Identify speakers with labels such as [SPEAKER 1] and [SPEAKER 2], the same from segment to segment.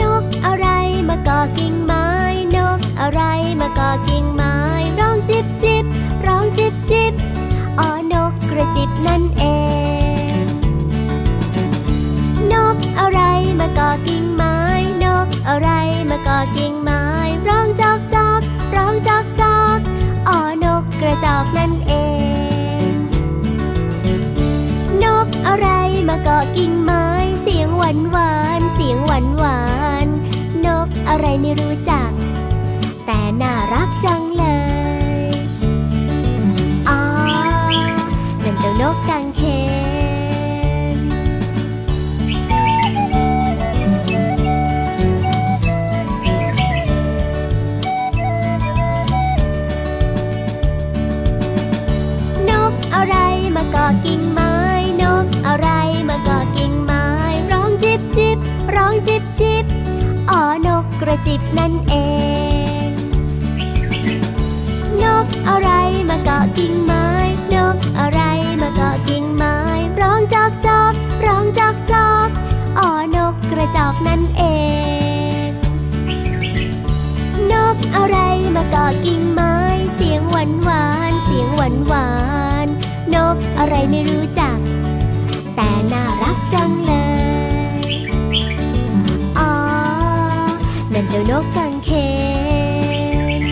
[SPEAKER 1] นกอะไรมาเกาะกิ่งไม้ นกอะไรมาเกาะกิ่งไม้ ร้องจิบจิบร้องจิบจิบอ๋อนกกระจิบนั่นเอง นกอะไรมาเกาะกิ่งไม้ นกอะไรมาเกาะกิ่งไม้ ร้องจอกจอกร้องจอกจอกอ๋อนกกระจอกนั่นเอง นกอะไรมาเกาะกิ่งไม้ เสียงหวานหวานๆเสียงหวานหวานๆนกอะไรไม่รู้จัก แต่น่ารักจังเลยอ๋อนั่นเจ้านกกังเขน นกอะไรมาเกาะกิ่งไม้ นกอะไรมาเกาะกิ่งไม้ ร้องจิบจิบร้องจิบจิบอ๋อนกกระจิบนั่นเอง นกอะไรมาเกาะกิ่งไม้ นกอะไรมาเกาะกิ่งไม้ ร้องจอกจอกร้องจอกจอกอ๋อนกกระจอกนั่นเอง นกอะไรมาเกาะกิ่งไม้ เสียงหวานหวานๆเสียงหวานหวานๆนกอะไรไม่รู้จัก แต่น่ารักจังเลย อ๋อ นั่นเจ้านกกังเขน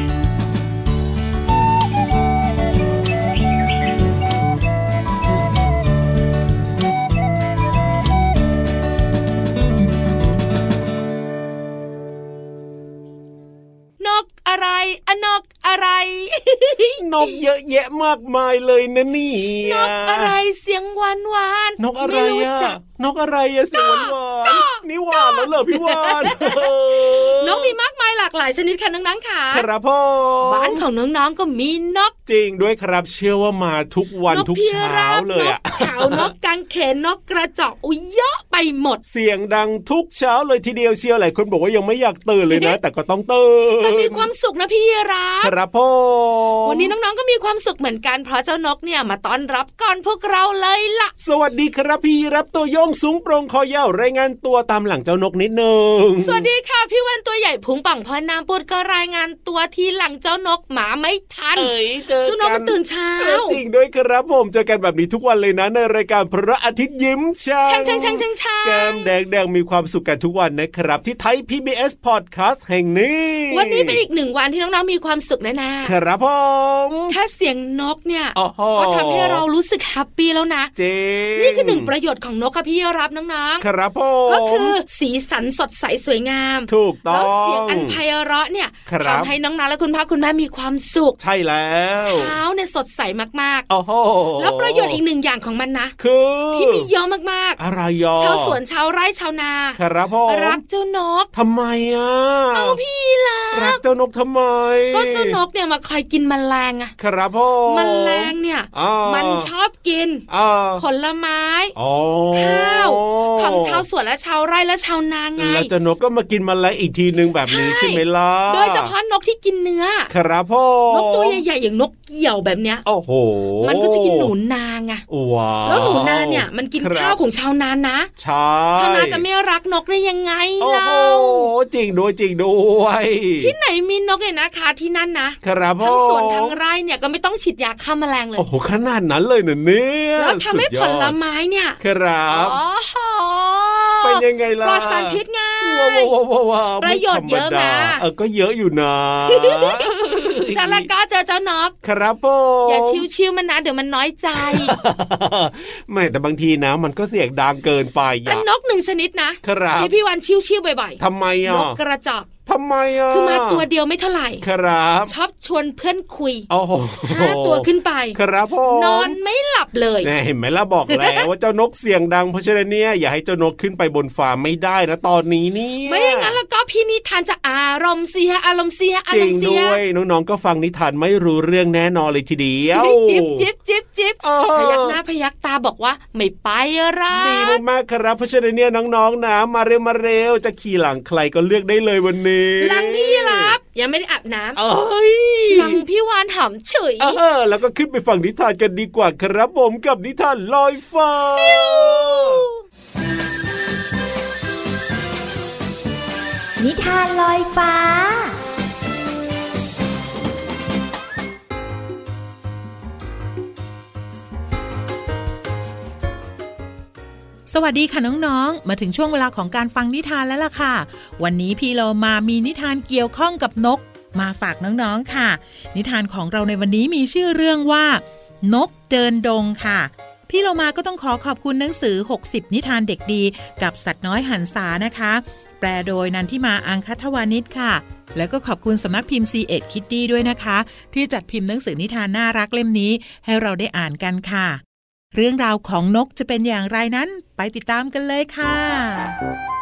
[SPEAKER 2] นกอะไรอะนกอะไร
[SPEAKER 3] นกเยอะแยะมากมายเลยนะเนี่
[SPEAKER 2] น
[SPEAKER 3] ย
[SPEAKER 2] กอะไรเสียงหวานหวานๆ
[SPEAKER 3] นกอะไร
[SPEAKER 2] ม่รู้
[SPEAKER 3] อะ
[SPEAKER 2] จัก
[SPEAKER 3] นกอะไรอะเสียงหวานๆนี่หวานแล้วเหรอพี่วาน
[SPEAKER 2] นกมีมากมายหลากหลายชนิดค่ะน้องๆค่ะ
[SPEAKER 3] ครับพ่อ
[SPEAKER 2] บ้านของน้องๆก็มีนก
[SPEAKER 3] จริงด้วยครับเชื่อว่ามาทุกวัน
[SPEAKER 2] นก
[SPEAKER 3] ทุก
[SPEAKER 2] พิ
[SPEAKER 3] เช้า
[SPEAKER 2] ราบ
[SPEAKER 3] เล
[SPEAKER 2] น
[SPEAKER 3] ย
[SPEAKER 2] ก
[SPEAKER 3] อะ
[SPEAKER 2] ขาวนกกางเขนนกกระจอกอุ้ยเยอะไปหมด
[SPEAKER 3] เสียงดังทุกเช้าเลยทีเดียวเชียวหลายคนบอกว่ายังไม่อยากตื่นเลยนะ แต่ก็ต้องตื่น
[SPEAKER 2] มันมีความสุขนะพี่รั
[SPEAKER 3] ค
[SPEAKER 2] บ
[SPEAKER 3] รับพ่อ
[SPEAKER 2] วันนี้น้องๆก็มีความสุขเหมือนกัน เพราะเจ้านกเนี่ยมาต้อนรับก่อนพวกเราเลยล่ะ
[SPEAKER 3] สวัสดีครับพี่รับตัวโยงสูงโปรงคอยาวรายงานตัวตามหลังเจ้านกนิดนึง
[SPEAKER 2] สวัสดีค่ะพี่วันตัวใหญ่พุงป่องพอน้ำปูดก็รายงานตัวทีหลังเจ้านกหมาไม่ทัน
[SPEAKER 3] เอ๋ยเจอ
[SPEAKER 2] เจ้านก
[SPEAKER 3] กั
[SPEAKER 2] มันตื่นเช้า
[SPEAKER 3] เออจริงด้วยครับผมเจอกันแบบนี้ทุกวันเลยนะ ในรายการพระอาทิตย์ยิ้มช่าง
[SPEAKER 2] ช่างช่างช่างช่างช่าง
[SPEAKER 3] แก้มแดงแดงมีความสุขกันทุกวันนะครับ ที่ไทย PBS Podcast แห่งนี้
[SPEAKER 2] วันนี้เป็นอีกหนึ่งวันที่น้องๆมีความสุขแน่
[SPEAKER 3] ครับผม
[SPEAKER 2] ๆแค่เสียงนกเนี่ย
[SPEAKER 3] อ๋อ
[SPEAKER 2] ก็ทำให้เรารู้สึกแฮปปี้แล้วนะ
[SPEAKER 3] เจง
[SPEAKER 2] นี่คือหนึ่งประโยชน์ของนกค่ะพี่รับน้อง
[SPEAKER 3] ครับผม
[SPEAKER 2] ๆก็คือสีสันสดใสสวยงาม
[SPEAKER 3] ถูกต้อ
[SPEAKER 2] แล้วเสียง
[SPEAKER 3] ง
[SPEAKER 2] อันไพเราะเนี่ย
[SPEAKER 3] ครับ
[SPEAKER 2] ทำให้น้องๆและคุณพ่อคุณแม่มีความสุข
[SPEAKER 3] ใช่แล้ว
[SPEAKER 2] เช้าเนี่ยสดใสมาก
[SPEAKER 3] โอ้โห
[SPEAKER 2] ๆ แล้วประโยชน์อีกหนึ่งอย่างของมันนะ
[SPEAKER 3] คือ
[SPEAKER 2] ที่มีเยอะมาก
[SPEAKER 3] อะไรยอ
[SPEAKER 2] ๆชาวสวนชาวไร่ชาวนา
[SPEAKER 3] ครับผม
[SPEAKER 2] รักเจ้านก
[SPEAKER 3] ทำไมอ่ะ
[SPEAKER 2] เอาพี่รั
[SPEAKER 3] รัก
[SPEAKER 2] บ
[SPEAKER 3] เจ้านกทำไม
[SPEAKER 2] ก็เจ้านกเนี่ยมาคอยกินแมลงอะ
[SPEAKER 3] ครับผม
[SPEAKER 2] แมลงเนี่ย
[SPEAKER 3] อ๋อ
[SPEAKER 2] มันชอบกิน
[SPEAKER 3] อ่า
[SPEAKER 2] ผลไม้
[SPEAKER 3] อ๋อ
[SPEAKER 2] ข้าวของชาวสวนและชาวไร่และชาวนาไง
[SPEAKER 3] แล้วเจ้านกก็มากินแมลงอีกทีนึงแบบนี้
[SPEAKER 2] ใช่
[SPEAKER 3] ใช่ไหมล่ะ
[SPEAKER 2] โดยเฉพาะนกที่กินเนื้อ
[SPEAKER 3] ครับผม
[SPEAKER 2] นกตัวใหญ่ๆอย่างนกเกี่ยวแบบเนี้ย
[SPEAKER 3] โอ้โห
[SPEAKER 2] มันก็จะกินหนูนาไง
[SPEAKER 3] ว้าว
[SPEAKER 2] แล้วหนูนาเนี่ยมันกิน
[SPEAKER 3] ครับ
[SPEAKER 2] ข้าวของชาวนานะ
[SPEAKER 3] ใช่
[SPEAKER 2] ชาวนาจะไม่รักนกได้ยังไง
[SPEAKER 3] โอ้
[SPEAKER 2] เรา
[SPEAKER 3] โหจริงด้วยจริงด้วย
[SPEAKER 2] ที่ไหนมีนกเนี่ยนะคะที่นั่นนะครับ ทั้งสวน
[SPEAKER 3] ผม
[SPEAKER 2] ทั้งไร่เนี่ยก็ไม่ต้องฉีดยาฆ่าแมลงเลย
[SPEAKER 3] โอ้โหขนาดนั้นเลยเหรอเนี่ย
[SPEAKER 2] แล้วทำให้
[SPEAKER 3] สุดย
[SPEAKER 2] ผ
[SPEAKER 3] อด
[SPEAKER 2] ลไม้เนี่ย
[SPEAKER 3] ครับ
[SPEAKER 2] อ๋อโห
[SPEAKER 3] เป็นยังไงล่ะ
[SPEAKER 2] ปลอดสารพิษไง
[SPEAKER 3] ว้าวว้าวว้าวว้าว
[SPEAKER 2] ประโยชน์เยอะ
[SPEAKER 3] ไธรรมดา
[SPEAKER 2] นะ
[SPEAKER 3] เออก็เยอะอยู่ นะ
[SPEAKER 2] จันละก็เจอเจ้านก
[SPEAKER 3] ครับผม
[SPEAKER 2] อย่าชิวๆมันนะเดี๋ยวมันน้อยใจ
[SPEAKER 3] ไม่แต่บางทีนะ มันก็เสียงดังเกินไป
[SPEAKER 2] เป็
[SPEAKER 3] อ่ะ
[SPEAKER 2] นนกหนึ่งชนิดนะครับที่พี่วันชิวๆบ่อย
[SPEAKER 3] ทำไม
[SPEAKER 2] ๆน
[SPEAKER 3] อ่ะ
[SPEAKER 2] กกระจอก
[SPEAKER 3] ทำไมอ่ะ
[SPEAKER 2] คือมาตัวเดียวไม่เท่าไหร่
[SPEAKER 3] ครับ
[SPEAKER 2] ชอบชวนเพื่อนคุย
[SPEAKER 3] โอ้โห
[SPEAKER 2] ห้าตัวขึ้นไป
[SPEAKER 3] ครับผม
[SPEAKER 2] นอนไม่หลับเลย
[SPEAKER 3] แน่เห็นไหมล่ะบอกแล้ว ว่าเจ้านกเสียงดังเพราะฉะนั้นเนี่ยอย่าให้เจ้านกขึ้นไปบนฟ้าไม่ได้นะตอนนี้เนี่ย
[SPEAKER 2] ไม่อย่างนั้นแล้วก็ พี่นิทานจะอารมณ์เสียอารมณ์เสียอา
[SPEAKER 3] จ
[SPEAKER 2] ร
[SPEAKER 3] ริ
[SPEAKER 2] ม
[SPEAKER 3] ง
[SPEAKER 2] ณ์เสี
[SPEAKER 3] ด้
[SPEAKER 2] ย
[SPEAKER 3] วยน้องๆก็ฟังนิทานไม่รู้เรื่องแน่นอนเลยทีเดียว
[SPEAKER 2] จิบจิบจิบจิบ
[SPEAKER 3] เออ
[SPEAKER 2] พยักหน้าพยักตาบอกว่าไม่ไปร้า
[SPEAKER 3] ดี
[SPEAKER 2] น
[SPEAKER 3] มากๆครับ เพราะฉะนั้นเนี่ยน้องๆนะมาเร็วมาเร็วจะขี่หลังใครก็เลือกได้เลยวันนี้
[SPEAKER 2] หลังพี่รับ ยังไม่ได้อาบน้ำ
[SPEAKER 3] เอ้ย
[SPEAKER 2] หลังพี่วานหอมเฉย
[SPEAKER 3] เออแล้วก็ขึ้นไปฟังนิทานกันดีกว่าครับผมกับนิทานลอยฟ้า
[SPEAKER 4] นิทานลอยฟ้า
[SPEAKER 5] สวัสดีค่ะน้องๆ มาถึงช่วงเวลาของการฟังนิทานแล้วล่ะค่ะ วันนี้พี่เรามามีนิทานเกี่ยวข้องกับนก มาฝากน้องๆค่ะ นิทานของเราในวันนี้มีชื่อเรื่องว่า นกเดินดงค่ะ พี่เรามาก็ต้องขอขอบคุณหนังสือ 60 นิทานเด็กดี กับสัตว์น้อยหันษานะคะ แปลโดยนันทิมาอังคัทวานิชค่ะ แล้วก็ขอบคุณสำนักพิมพ์ C ีเอ็ดคิตตี้ด้วยนะคะ ที่จัดพิมพ์หนังสือนิทานน่ารักเล่มนี้ ให้เราได้อ่านกันค่ะ เรื่องราวของนกจะเป็นอย่างไรนั้น ไปติดตามกันเลยค่ะ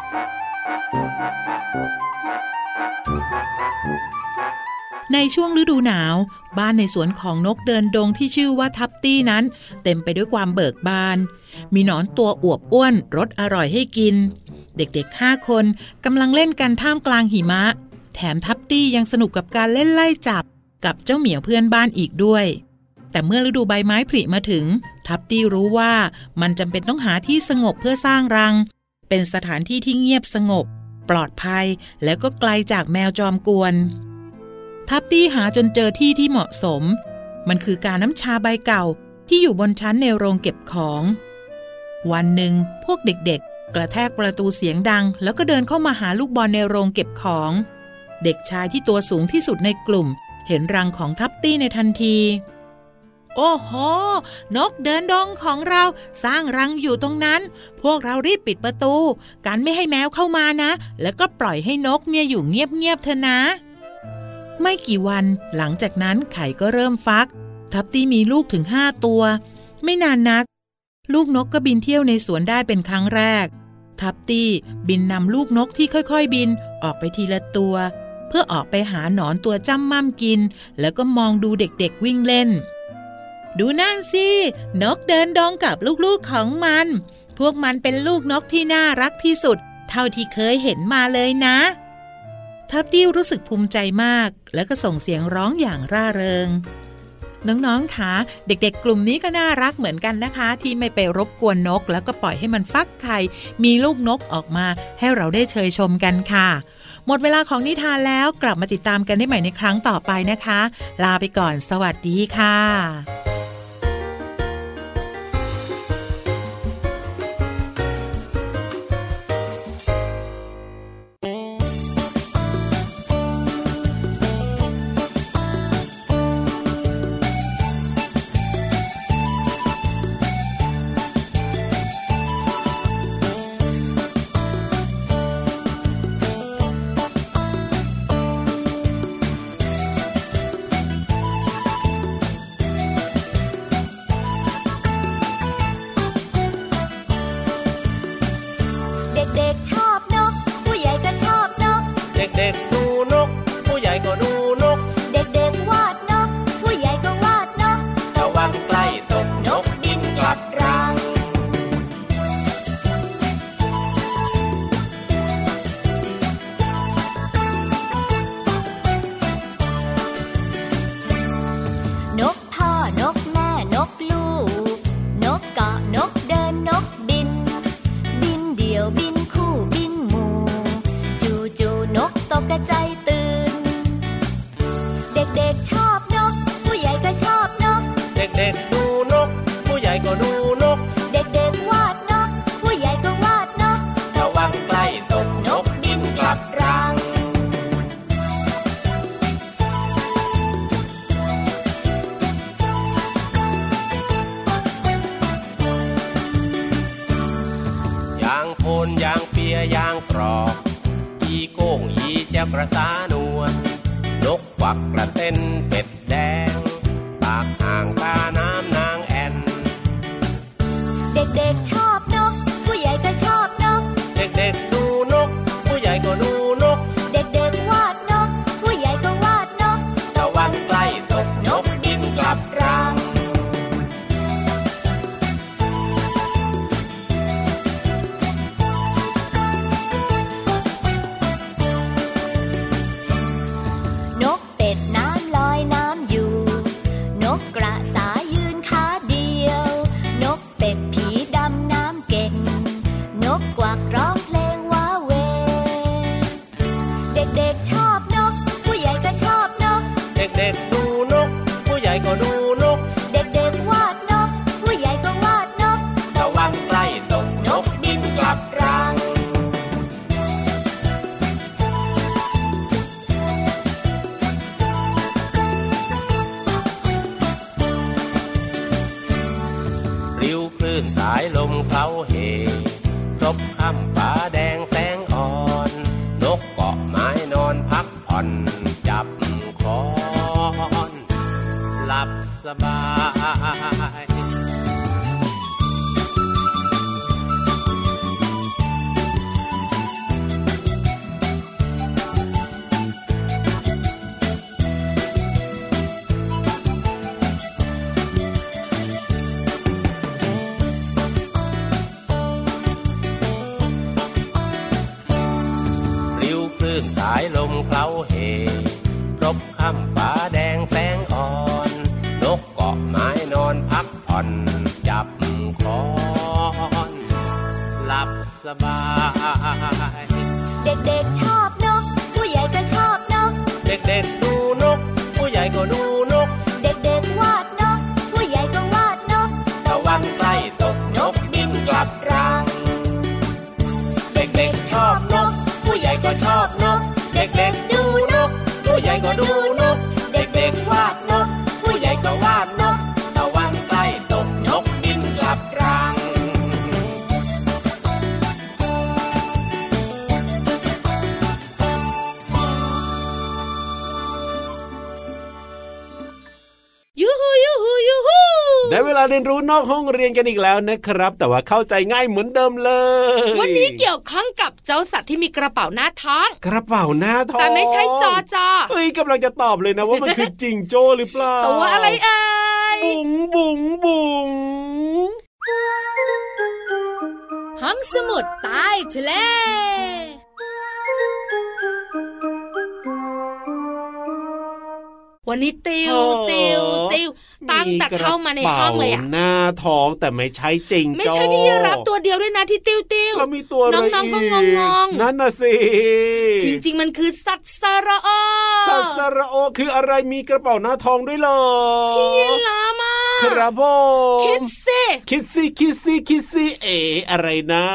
[SPEAKER 5] ในช่วงฤดูหนาว บ้านในสวนของนกเดินดงที่ชื่อว่าทับตี้นั้น เต็มไปด้วยความเบิกบาน มีหนอนตัวอวบอ้วนรสอร่อยให้กิน เด็กๆห้าคนกำลังเล่นกันท่ามกลางหิมะ แถมทับตี้ยังสนุกกับการเล่นไล่จับ กับเจ้าเหมียวเพื่อนบ้านอีกด้วย แต่เมื่อฤดูใบไม้ผลิมาถึง ทับตี้รู้ว่ามันจำเป็นต้องหาที่สงบเพื่อสร้างรัง เป็นสถานที่ที่เงียบสงบ ปลอดภัย แล้วก็ไกลจากแมวจอมกวน ทับตี้หาจนเจอที่ที่เหมาะสม มันคือการน้ำชาใบเก่าที่อยู่บนชั้นในโรงเก็บของ วันหนึ่งพวกเด็กๆ กระแทกประตูเสียงดัง แล้วก็เดินเข้ามาหาลูกบอลในโรงเก็บของ เด็กชายที่ตัวสูงที่สุดในกลุ่ม เห็นรังของทับตี้ในทันที โอ้โห นกเดินดงของเราสร้างรังอยู่ตรงนั้น พวกเรารีบปิดประตู กันไม่ให้แมวเข้ามานะ แล้วก็ปล่อยให้นกเนี่ยอยู่เงียบๆเถอะนะ ไม่กี่วันหลังจากนั้นไข่ก็เริ่มฟัก ทับตี้มีลูกถึงห้าตัว ไม่นานนัก ลูกนกก็บินเที่ยวในสวนได้เป็นครั้งแรก ทับตี้บินนำลูกนกที่ค่อยๆบินออกไปทีละตัว เพื่อออกไปหาหนอนตัวจ้ำม่ำกิน แล้วก็มองดูเด็กๆวิ่งเล่น ดูนั่นสิ นกเดินดองกับลูกๆของมัน พวกมันเป็นลูกนกที่น่ารักที่สุด เท่าที่เคยเห็นมาเลยนะ ทับตี้รู้สึกภูมิใจมาก แล้วก็ส่งเสียงร้องอย่างร่าเริง น้องๆคะเด็กๆ กลุ่มนี้ก็น่ารักเหมือนกันนะคะ ที่ไม่ไปรบกวนนก แล้วก็ปล่อยให้มันฟักไข่มีลูกนกออกมาให้เราได้เชยชมกันค่ะ หมดเวลาของนิทานแล้วกลับมาติดตามกันได้ใหม่ในครั้งต่อไปนะคะ ลาไปก่อนสวัสดีค่ะ
[SPEAKER 4] เด็กๆชอบนก ผู้ใหญ่ก็ชอบนก
[SPEAKER 6] เด็กๆดูนก ผู้ใหญ่ก็ดูนก
[SPEAKER 4] เด็กๆวาดนก ผู้ใหญ่ก็วาดนก
[SPEAKER 6] ระวังใกล้ตกนกบินกลับรัง
[SPEAKER 4] นกพ่อนกแม่นกลูก นกเกาะนกเดินนกบิน บินเดี่ยวบินคู่บินหมู่ จูจูๆนกตกกระจายตื่น เด็กๆชอบนก ผู้ใหญ่ก็ชอบนก
[SPEAKER 6] เด็กๆดูนก ผู้ใหญ่ก็ดูนก
[SPEAKER 4] เด็กๆวาดนก ผู้ใหญ่ก็วาดนก
[SPEAKER 6] ระวังใกล้ตกนกบินกลับรัง ยางโคนยางเปียยางกรอกอีโก้งอีแจ้วกระสาหนวลนกควักกระเต้นเป็ดแดง ปากอ่างตาน้ำนางแอน
[SPEAKER 4] เด็กๆชอบนก ผู้ใหญ่ก็ชอบนก
[SPEAKER 6] เด็กๆดูนก ผู้ใหญ่ก็ดูนก คลื่นสายลมเคล้าเหครบค่ำฟ้าแดงแสงอ่อน นกเกาะไม้นอนพักผ่อน จับคอน หลับสบาย ริ้วคลื่นสายลมเคล้าเหพรบค่ำฟ้าแดงแสงอ่อน นกเกาะไม้นอนพักผ่อน จับคอน หลับสบาย
[SPEAKER 4] เด็กๆชอบนก ผู้ใหญ่ก็ชอบนก
[SPEAKER 6] เด็กๆดูนก ผู้ใหญ่ก็ดูนก
[SPEAKER 4] เด็กๆวาดนก ผู้ใหญ่ก็วาดนก
[SPEAKER 6] ตะวันใกล้ตกนกบินกลับรัง เด็กๆชอบนก ผู้ใหญ่ก็ชอบนก เด็กๆดูนก ผู้ใหญ่ก็ดูนก เด็กๆวาดนก ผู้ใหญ่ก็วาดนก ตะวันใกล้ตกนกบินกลับรัง
[SPEAKER 2] ยูฮูยูฮูยูฮู
[SPEAKER 3] ได้เวลาเรียนรู้นอกห้องเรียนกันอีกแล้วนะครับ แต่ว่าเข้าใจง่ายเหมือนเดิมเลย
[SPEAKER 2] วันนี้เกี่ยวข้องกับเจ้าสัตว์ที่มีกระเป๋าหน้าท้อง
[SPEAKER 3] กระเป๋าหน้าท้อง
[SPEAKER 2] แต่ไม่ใช่จอจอ
[SPEAKER 3] เฮ้ยกำลังจะตอบเลยนะว่ามันคือจิงโจ้หรือเปล่า
[SPEAKER 2] ตัวอะไรเอ่ย
[SPEAKER 3] บุ๋งบุ๋งบุ๋ง
[SPEAKER 2] ห้องสมุดใต้ทะเล วันนี้ติวติวติวตั้งแต่เข้ามาในห้องเลย
[SPEAKER 3] มีก
[SPEAKER 2] อะ
[SPEAKER 3] ระป๋าหน้าท้องแต่ไม่ใช่จิงโจ้
[SPEAKER 2] ไม่ใช่พี่รับตัวเดียวด้วยนะที่ติวติว
[SPEAKER 3] แล้วมีตัวอะไร
[SPEAKER 2] น้องๆก็
[SPEAKER 3] อีก
[SPEAKER 2] งงๆ
[SPEAKER 3] นั่นน่ะสิ
[SPEAKER 2] จริง ๆ มันคือสัตว์สระออ
[SPEAKER 3] สัตว์สระโอคืออะไรมีกระเป๋าหน้าท้องด้วยเหรอ
[SPEAKER 2] พี่ยีราฟมา
[SPEAKER 3] ครับผม
[SPEAKER 2] คิดสิ
[SPEAKER 3] คิดซี่คิดซี่คิดซี่เออะไรนะ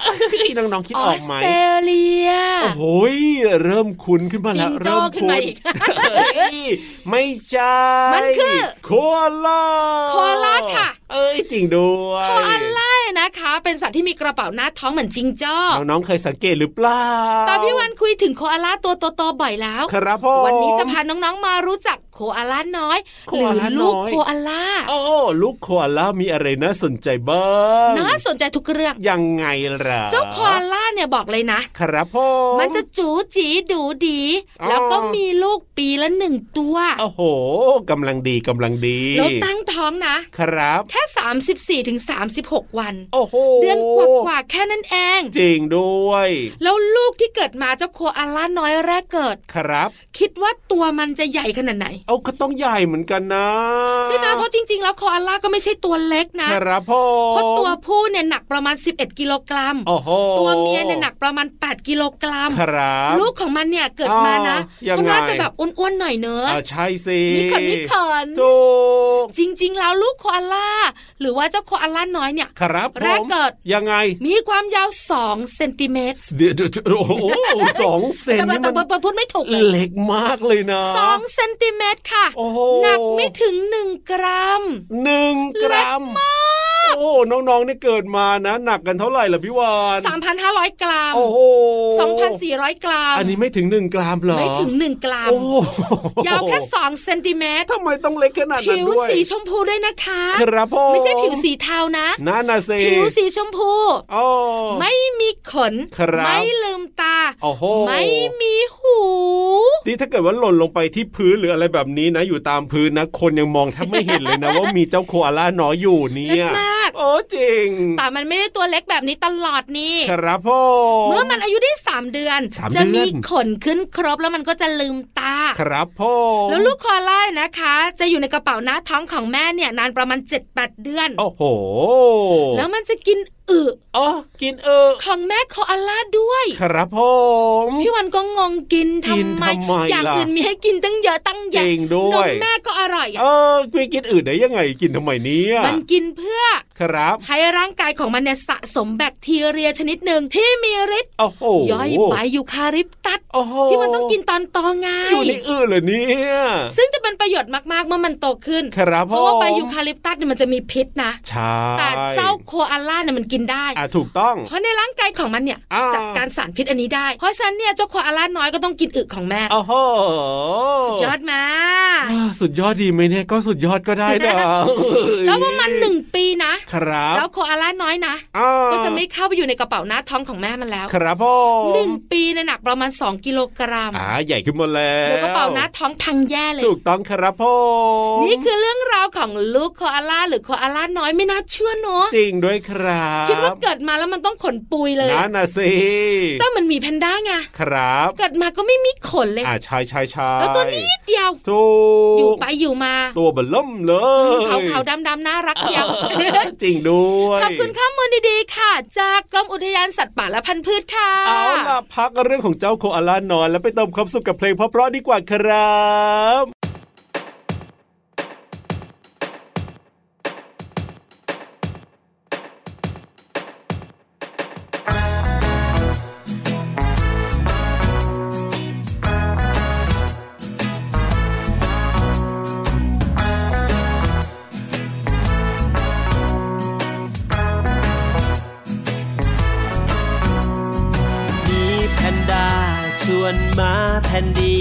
[SPEAKER 3] เฮ้ยน้องๆคิด
[SPEAKER 2] อ
[SPEAKER 3] อ
[SPEAKER 2] อ
[SPEAKER 3] อก
[SPEAKER 2] ส
[SPEAKER 3] ไหม
[SPEAKER 2] เตรเลีย
[SPEAKER 3] โอ้โหยเริ่มคุ้นขึ้นมาแล้ว
[SPEAKER 2] จิงโจ้
[SPEAKER 3] เริ่ม
[SPEAKER 2] ขึ้น
[SPEAKER 3] คุ้
[SPEAKER 2] มาน อีก
[SPEAKER 3] เฮ้ยไม่ใช่
[SPEAKER 2] มันคือ
[SPEAKER 3] โคอาล่า
[SPEAKER 2] โคอาล่าค่ะ
[SPEAKER 3] เอ้ยจริงด้วย
[SPEAKER 2] คออันไล่นะคะ เป็นสัตว์ที่มีกระเป๋าหน้าท้องเหมือนจิงจ้อ
[SPEAKER 3] น้องๆเคยสังเกตหรือเปล่า
[SPEAKER 2] แต่พี่วันคุยถึงโคอาล่าตัวโตๆบ่อยแล้ว
[SPEAKER 3] ครับพ่อ
[SPEAKER 2] วันนี้จะพาน้องๆมารู้จักโคอาล่าน้อย
[SPEAKER 3] โค
[SPEAKER 2] หรื
[SPEAKER 3] อาล่าน้
[SPEAKER 2] ลู
[SPEAKER 3] อย
[SPEAKER 2] กโคอาล่า
[SPEAKER 3] โอ้ลูกโคอาล่ามีอะไรน่าสนใจบ้าง
[SPEAKER 2] น่าสนใจทุกเรื่อง
[SPEAKER 3] ยังไงล่ะ
[SPEAKER 2] เจ้าโคอาล่าเนี่ยบอกเลยนะ
[SPEAKER 3] ครับพ่อ
[SPEAKER 2] มันจะจูจีดูดี
[SPEAKER 3] อ๋อ
[SPEAKER 2] แล้วก็มีลูกปีละหนึ่งตัว
[SPEAKER 3] โอ้โหกำลังดีกำลังดี
[SPEAKER 2] แล้วตั้งท้องนะ
[SPEAKER 3] ครับ
[SPEAKER 2] แค่ 34ถึง36 วัน
[SPEAKER 3] โอ้โห
[SPEAKER 2] เดือนกว่าๆแค่นั้นเอง
[SPEAKER 3] จริงด้วย
[SPEAKER 2] แล้วลูกที่เกิดมาเจ้าโคอาล่าน้อยแรกเกิด
[SPEAKER 3] ครับ
[SPEAKER 2] คิดว่าตัวมันจะใหญ่ขนาดไหน
[SPEAKER 3] เอาก็ต้องใหญ่เหมือนกันนะ
[SPEAKER 2] ใช่ไหมเพราะจริง ๆ แล้วโคอาล่าก็ไม่ใช่ตัวเล็กนะครับ
[SPEAKER 3] พ่อ
[SPEAKER 2] เพราะตัวผู้เนี่ยหนักประมาณ 11 กิโลกรัม
[SPEAKER 3] โอ้โห
[SPEAKER 2] ตัวเมียเนี่ยหนักประมาณ 8 กิโลกรัม
[SPEAKER 3] ครับ
[SPEAKER 2] ลูกของมันเนี่ยเกิด
[SPEAKER 3] อ๋อ
[SPEAKER 2] มานะ
[SPEAKER 3] ยังไง
[SPEAKER 2] ก็น่าจะแบบอ้วนๆหน่อยเนอะ
[SPEAKER 3] อ่าใช่สิ
[SPEAKER 2] มีขนมีขน
[SPEAKER 3] ถูก
[SPEAKER 2] จริง ๆ แล้วลูกโคอาล่าหรือว่าเจ้าโคอาล่าน้อยเนี่ย
[SPEAKER 3] ครับผม
[SPEAKER 2] แรกเกิด
[SPEAKER 3] ยังไง
[SPEAKER 2] มีความยาว2เซนติเมตร
[SPEAKER 3] เดี๋ยวเดี๋ยวโอ้โหสองเซน
[SPEAKER 2] แต่ว่า
[SPEAKER 3] นี่
[SPEAKER 2] แต่
[SPEAKER 3] มัน
[SPEAKER 2] ว่าแต่ว่าพูดไม่ถูกเลย
[SPEAKER 3] เล็กมากเลยนะ
[SPEAKER 2] สองเซนติเมตรค่ะ
[SPEAKER 3] โอ้โ
[SPEAKER 2] หนักไม่ถึง 1 กรัม
[SPEAKER 3] หนึ่งกรัมโอ้โหน้องๆเนี่ยเกิดมานะ หนักกันเท่าไหร่ล่ะพี่วาน
[SPEAKER 2] 3,500 กรัม
[SPEAKER 3] โอ้โห
[SPEAKER 2] 2,400 กรัม
[SPEAKER 3] อันนี้ไม่ถึงหนึ่งกรัมเหรอ
[SPEAKER 2] ไม่ถึง 1 กรัม
[SPEAKER 3] โอ้โห
[SPEAKER 2] ยาวแค่ 2 เซนติเมตร
[SPEAKER 3] ทำไมต้องเล็กขนาดนั้
[SPEAKER 2] ผิ
[SPEAKER 3] น
[SPEAKER 2] ว
[SPEAKER 3] ด้วย
[SPEAKER 2] สีชมพูด้วยนะคะ
[SPEAKER 3] ครับพ่อ
[SPEAKER 2] ไม่ใช่ผิวสีเทานะ
[SPEAKER 3] นั่นน่ะสิ
[SPEAKER 2] ผิวสีชมพู
[SPEAKER 3] อ๋อ
[SPEAKER 2] ไม่มีขน
[SPEAKER 3] ครับ
[SPEAKER 2] ไม่ลืมตา
[SPEAKER 3] โอ้โห
[SPEAKER 2] ไม่มีหู
[SPEAKER 3] นี่ถ้าเกิดว่าหล่นลงไปที่พื้นหรืออะไรแบบนี้นะ อยู่ตามพื้นนะ คนยังมองแทบไม่เห็นเลยนะ ว่ามีเจ้าโคอาล่าน้อยอยู่เนี่
[SPEAKER 2] เล็
[SPEAKER 3] ย
[SPEAKER 2] กมาก
[SPEAKER 3] โอ้จริง
[SPEAKER 2] แต่มันไม่ได้ตัวเล็กแบบนี้ตลอดนี่
[SPEAKER 3] ครับพ่อ
[SPEAKER 2] เมื่อมันอายุได้ 3 เดือน
[SPEAKER 3] สาม
[SPEAKER 2] จะ
[SPEAKER 3] เดื
[SPEAKER 2] มี
[SPEAKER 3] อน
[SPEAKER 2] ขนขึ้นครบแล้วมันก็จะลืมตา
[SPEAKER 3] ครับพ่อ
[SPEAKER 2] แล้วลูกคอล่านะคะ จะอยู่ในกระเป๋าหน้าท้องของแม่เนี่ยนานประมาณ 7-8 เดือน
[SPEAKER 3] โอ้โห
[SPEAKER 2] แล้วมันจะกิน อึ
[SPEAKER 3] อ๋อกินเออ
[SPEAKER 2] ของแม่คออาล่าด้วย
[SPEAKER 3] ครับผม
[SPEAKER 2] พี่วันก็งงกินทำ
[SPEAKER 3] กิน
[SPEAKER 2] ไม
[SPEAKER 3] ทำไม
[SPEAKER 2] อย่าง
[SPEAKER 3] ล่ะ
[SPEAKER 2] อื่นมีให้กินตั้งเยอะตั้งแยะ
[SPEAKER 3] จริงด้วย
[SPEAKER 2] นมแม่ก็อร่อยอะ
[SPEAKER 3] เออไปกินอื่นได้ยังไงกินทำไมเนี้ย
[SPEAKER 2] มันกินเพื่อ
[SPEAKER 3] ครับ
[SPEAKER 2] ให้ร่างกายของมันเนี่ยสะสมแบคทีเรียชนิดหนึ่งที่มีฤทธิ์
[SPEAKER 3] โอ้โห
[SPEAKER 2] ย่อยใบยูคาลิปตัส
[SPEAKER 3] โอ้โห
[SPEAKER 2] ที่มันต้องกินตอนโตไง
[SPEAKER 3] อยู่ในอื่นเลยเนี่ย
[SPEAKER 2] ซึ่งจะเป็นประโยชน์มากๆเมื่อมันโตขึ้น
[SPEAKER 3] ครับ
[SPEAKER 2] เพ
[SPEAKER 3] ผม
[SPEAKER 2] ราะว่าใบยูคาลิปตัสเนี่ยมันจะมีพิษนะ
[SPEAKER 3] ใช่
[SPEAKER 2] แต่เจ้าโคอาล่าเนี่ยมันกินได้
[SPEAKER 3] อ่ะถูกต้อง
[SPEAKER 2] เพราะในร่างกายของมันเนี่ย
[SPEAKER 3] อ่า
[SPEAKER 2] จัดการสารพิษอันนี้ได้ เพราะฉะนั้นเนี่ยเจ้าโคอาล่าน้อยก็ต้องกินอึของแม่
[SPEAKER 3] โอ้โห
[SPEAKER 2] สุดยอดมาก
[SPEAKER 3] อ่าสุดยอดดีไหมเนี่ยก็สุดยอดก็ได้นะ
[SPEAKER 2] แล้วประมาณหนึ่งปีนะ
[SPEAKER 3] ครับ
[SPEAKER 2] เจ้าโคอาล่าน้อยนะ
[SPEAKER 3] อ่า
[SPEAKER 2] ก็จะไม่เข้าไปอยู่ในกระเป๋าหน้าท้องของแม่มันแล้ว
[SPEAKER 3] ครับผม
[SPEAKER 2] หนึ่งปีเนยหนักประมาณ 2 กิโลกรัม
[SPEAKER 3] อ่าใหญ่ขึ้นหมดแล้ว
[SPEAKER 2] แล้วกระเป๋าหน้าท้องพังแย่เลย
[SPEAKER 3] ถูกต้องครับผม
[SPEAKER 2] นี่คือเรื่องราวของลูกโคอาล่าหรือโคอาล่าน้อยไม่น่าเชื่อเนาะ
[SPEAKER 3] จริงด้วยครับ
[SPEAKER 2] คิดว่าเกิดมาแล้วมันต้องขนปุยเลย
[SPEAKER 3] นั่นน่ะสิ
[SPEAKER 2] แต่มันมีแพนด้าไง
[SPEAKER 3] ครับ
[SPEAKER 2] เกิดมาก็ไม่มีขนเลย
[SPEAKER 3] อ่าใช่ใช่ใช่
[SPEAKER 2] แล้วตัวนี้เดียว
[SPEAKER 3] ถู
[SPEAKER 2] อยู่
[SPEAKER 3] ก
[SPEAKER 2] ไปอยู่มา
[SPEAKER 3] ตัวเบลล่มเล
[SPEAKER 2] ขาวย ขาวดำดำๆน่ารักเชียว
[SPEAKER 3] จริงด้วย
[SPEAKER 2] ขอบคุณข้อมูลดีๆค่ะ จากกรมอุทยานสัตว์ป่าและพันธุ์พืชค่ะ
[SPEAKER 3] เอาล่ะพักเรื่องของเจ้าโคอาลานอน แล้วไปเติมความสุขกับเพลงเพราะๆดีกว่าครับ
[SPEAKER 6] มีแพนด้าชวนมาแพนดี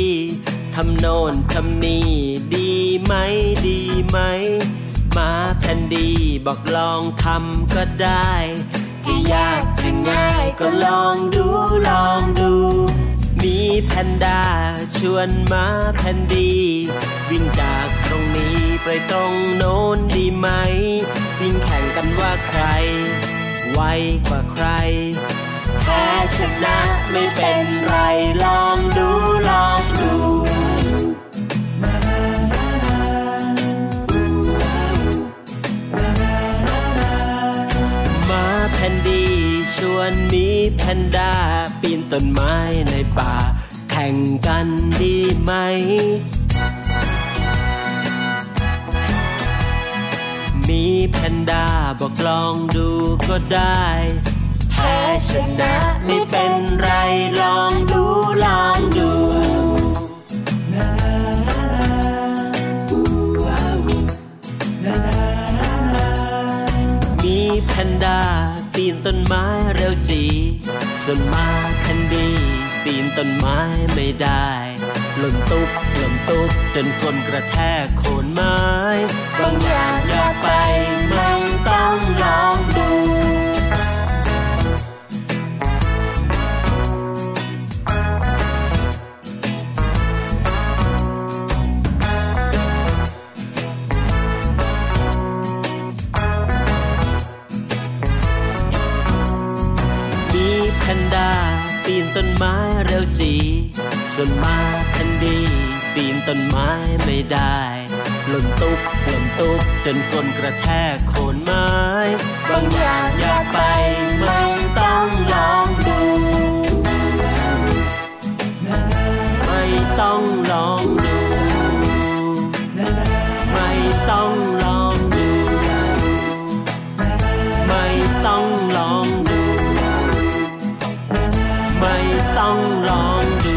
[SPEAKER 6] ทำโน่นทำนี่ดีไหมดีไหมมาแพนดีบอกลองทำก็ได้ จะยากจะง่ายก็ลองดูลองดู มีแพนด้าชวนมาแพนดี วิ่งจากตรงนี้ไปตรงโน้นดีไหม วิ่งแข่งกันว่าใคร ไวกว่าใคร แพ้ชนะไม่เป็นไรลองดูลองดู มาแพนดีชวนหมีแพนด้าปีนต้นไม้ในป่า แข่งกันดีไหม มีแพนด้าบอกลองดูก็ได้แพ้ชนะไม่เป็นไรลองดูลองดู มีแพนด้าปีนต้นไม้เร็วจี ส่วนมาแพนดีปีนต้นไม้ไม่ได้หล่นตุ๊บหล่นตุ๊บจนคนกระแทกโคนไม้บางอย่างอย่าไปไม่ต้องลองดู มีแพนด้าปีนต้นไม้เร็วจี ส่วนมาแพนดีปีนต้นไม้ไม่ได้หล่นตุ๊บหล่นตุ๊บจนคนกระแทกโคนไม้บางอย่างอย่าไปไม่ต้องลองดู ไม่ต้องลองดู ไม่ต้องลองดู ไม่ต้องลองดู ไม่ต้องลองดู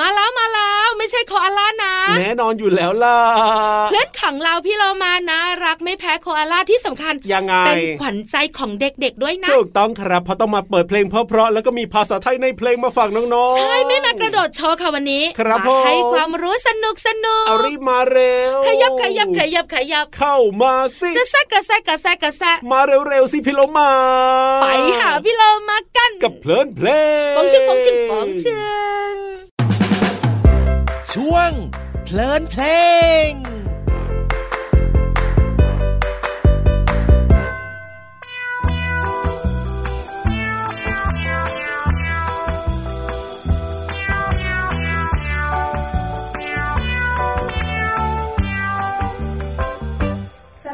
[SPEAKER 2] มาแล้วมาแล้วไม่ใช่โคอาล่านะ
[SPEAKER 3] แน่นอนอยู่แล้วล่ะ
[SPEAKER 2] เพื่อนของเราพี่เรามานะรักไม่แพ้โคอาล่าที่สำคัญ
[SPEAKER 3] ยังไง
[SPEAKER 2] เป็นขวัญใจของเด็กๆด้วยนะ
[SPEAKER 3] ถูกต้องครับเพราะต้องมาเปิดเพลงเพราะๆแล้วก็มีภาษาไทยในเพลงมาฝากน้องๆ
[SPEAKER 2] ใช่ไม่มากระโดดโชว์ค่ะวันนี้
[SPEAKER 3] ครับผม
[SPEAKER 2] มาให้ความรู้สนุกสนุก
[SPEAKER 3] เอารีบมาเร็ว
[SPEAKER 2] ขยับขยับขยับขยับ
[SPEAKER 3] เข้ามาสิ
[SPEAKER 2] กระแซะกระแซะกระแซะกระแซะ
[SPEAKER 3] มาเร็วๆสิพี่โลมา
[SPEAKER 2] ไปหาพี่เรามากัน
[SPEAKER 3] กับเพลินเพลง
[SPEAKER 2] ปองชิงปองชิงปองชิง
[SPEAKER 7] ช่วงเพลินเพลง
[SPEAKER 2] พ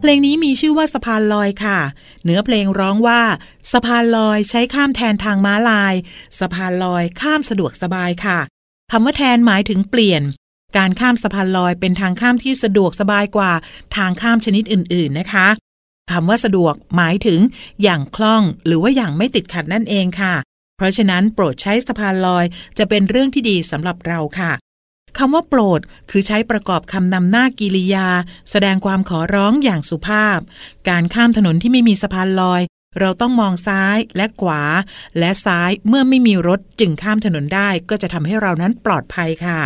[SPEAKER 5] เพลงนี้มีชื่อว่าสะพานลอยค่ะ เนื้อเพลงร้องว่า สะพานลอยใช้ข้ามแทนทางม้าลาย สะพานลอยข้ามสะดวกสบายค่ะคำว่าแทนหมายถึงเปลี่ยน การข้ามสะพานลอยเป็นทางข้ามที่สะดวกสบายกว่าทางข้ามชนิดอื่น ๆนะคะคำว่าสะดวกหมายถึงอย่างคล่องหรือว่าอย่างไม่ติดขัดนั่นเองค่ะ เพราะฉะนั้นโปรดใช้สะพานลอยจะเป็นเรื่องที่ดีสำหรับเราค่ะ คำว่าโปรด คือใช้ประกอบคำนำหน้ากิริยา แสดงความขอร้องอย่างสุภาพ การข้ามถนนที่ไม่มีสะพานลอย เราต้องมองซ้ายและขวา และซ้ายเมื่อไม่มีรถจึงข้ามถนนได้ก็จะทำให้เรานั้นปลอดภัยค่ะ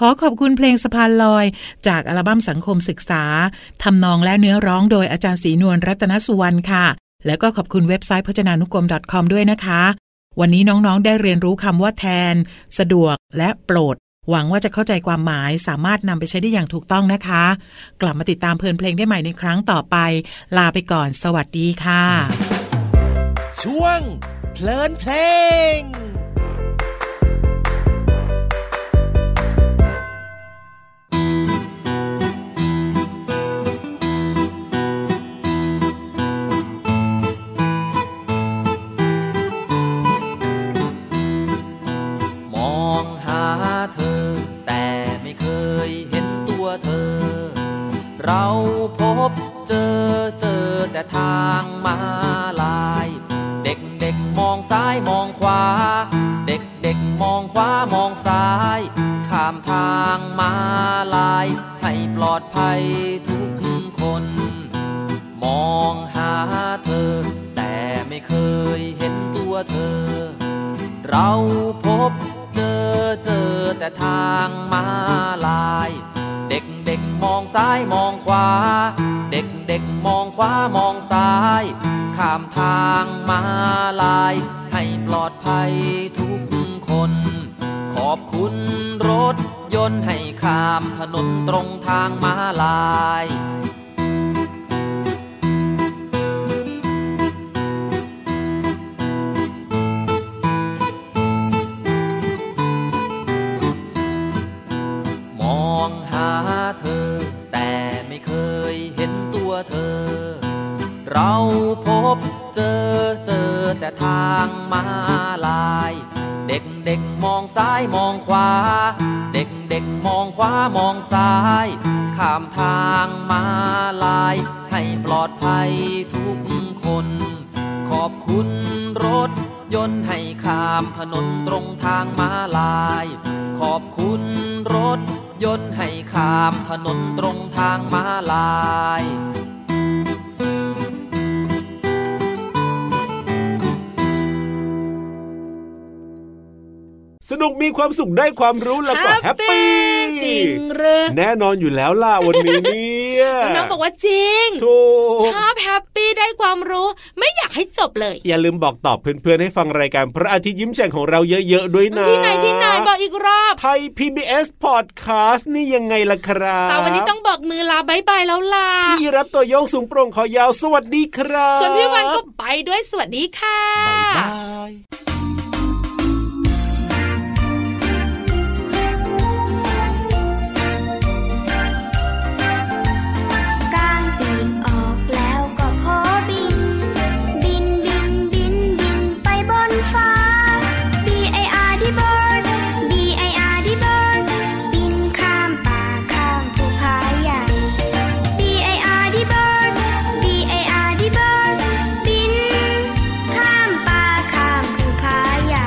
[SPEAKER 5] ขอขอบคุณเพลงสะพานลอย จากอัลบั้มสังคมศึกษาทำนองและเนื้อร้องโดยอาจารย์ศรีนวลรัตนสุวรรณค่ะ แล้วก็ขอบคุณเว็บไซต์พจนานุกรม .com ด้วยนะคะ วันนี้น้องๆ ได้เรียนรู้คำว่าแทน สะดวกและโปรด หวังว่าจะเข้าใจความหมายสามารถนำไปใช้ได้อย่างถูกต้องนะคะ กลับมาติดตามเพลินเพลงได้ใหม่ในครั้งต่อไป ลาไปก่อน สวัสดีค่ะ
[SPEAKER 7] ช่วง เพลินเพลง
[SPEAKER 8] มองหาเธอ แต่ไม่เคยเห็นตัวเธอ เราพบเจอเจอแต่ทางมาลาย เด็กเด็กๆมองซ้ายมองขวา เด็กเด็กๆมองขวามองซ้าย ข้ามทางมาลาย ให้ปลอดภัยทุกคน มองหาเธอ แต่ไม่เคยเห็นตัวเธอ เราพบเจอเจอแต่ทางมาลาย เด็กเด็กๆมองซ้ายมองขวา เด็กเด็กๆมองขวามองซ้าย ข้ามทางมาลาย ให้ปลอดภัยทุกคน ขอบคุณรถยนต์ให้ข้ามถนนตรงทางมาลาย มองหาเธอ แต่ไม่เคยเห็นตัวเธอ เราพบเจอเจอแต่ทางมาลาย เด็กเด็กๆมองซ้ายมองขวา เด็กเด็กๆมองขวามองซ้าย ข้ามทางมาลาย ให้ปลอดภัยทุกคน ขอบคุณรถยนต์ให้ข้ามถนนตรงทางมาลาย ขอบคุณรถยนต์ให้ข้ามถนนตรงทางมาลาย
[SPEAKER 3] สนุกมีความสุขได้ความรู้แล้วก็แฮปปี้
[SPEAKER 2] จริงเหรือ
[SPEAKER 3] แน่นอนอยู่แล้วล่ะ วันนี้เนี่ย
[SPEAKER 2] น้องๆบอกว่าจริง
[SPEAKER 3] ถูก
[SPEAKER 2] ชอบแฮปปี้ได้ความรู้ ไม่อยากให้จบเลย
[SPEAKER 3] อย่าลืมบอกตอบเพื่อนๆให้ฟังรายการพระอาทิตย์ยิ้มแฉ่งของเราเยอะๆด้วยนะ
[SPEAKER 2] ที่ไหนที่ไหนบอกอีกรอบ
[SPEAKER 3] ไทย PBS Podcast นี่ยังไงล่ะครับ
[SPEAKER 2] แต่วันนี้ต้องบอกมือลาบายบายแล้วล่ะ
[SPEAKER 3] พี่รับตัวโยงสูงโปร่งคอยาวสวัสดีครับ
[SPEAKER 2] ส่วนพี่วันก็ไปด้วยสวัสดีค่ะ
[SPEAKER 3] บาย
[SPEAKER 9] กลางปีกออกแล้วก็พอบิน บินบินบินบินไปบนฟ้า B I R D bird B I R D bird บินข้ามป่าข้ามภูผาใหญ่ B I R D bird B I R D bird บินข้ามป่าข้ามภูผาใหญ่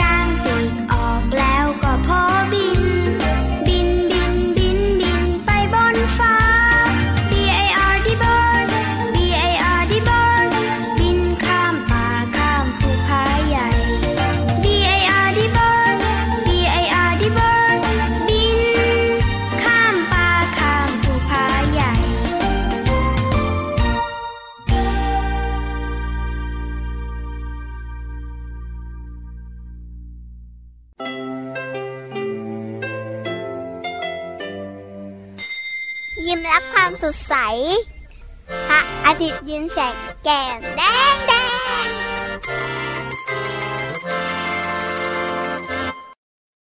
[SPEAKER 9] กางปีกออกแล้วก็พอบิน บินบินบินบินไปบนฟ้า B I R D bird B I R D bird บินข้ามป่าข้ามภูผาใหญ่ B I R D bird B I R D bird บินข้ามป่าข้ามภูผาใหญ่
[SPEAKER 1] ยิ้มรับความสดใส
[SPEAKER 9] พระอาทิตย์ยิ้มแฉกแก้มแดงแด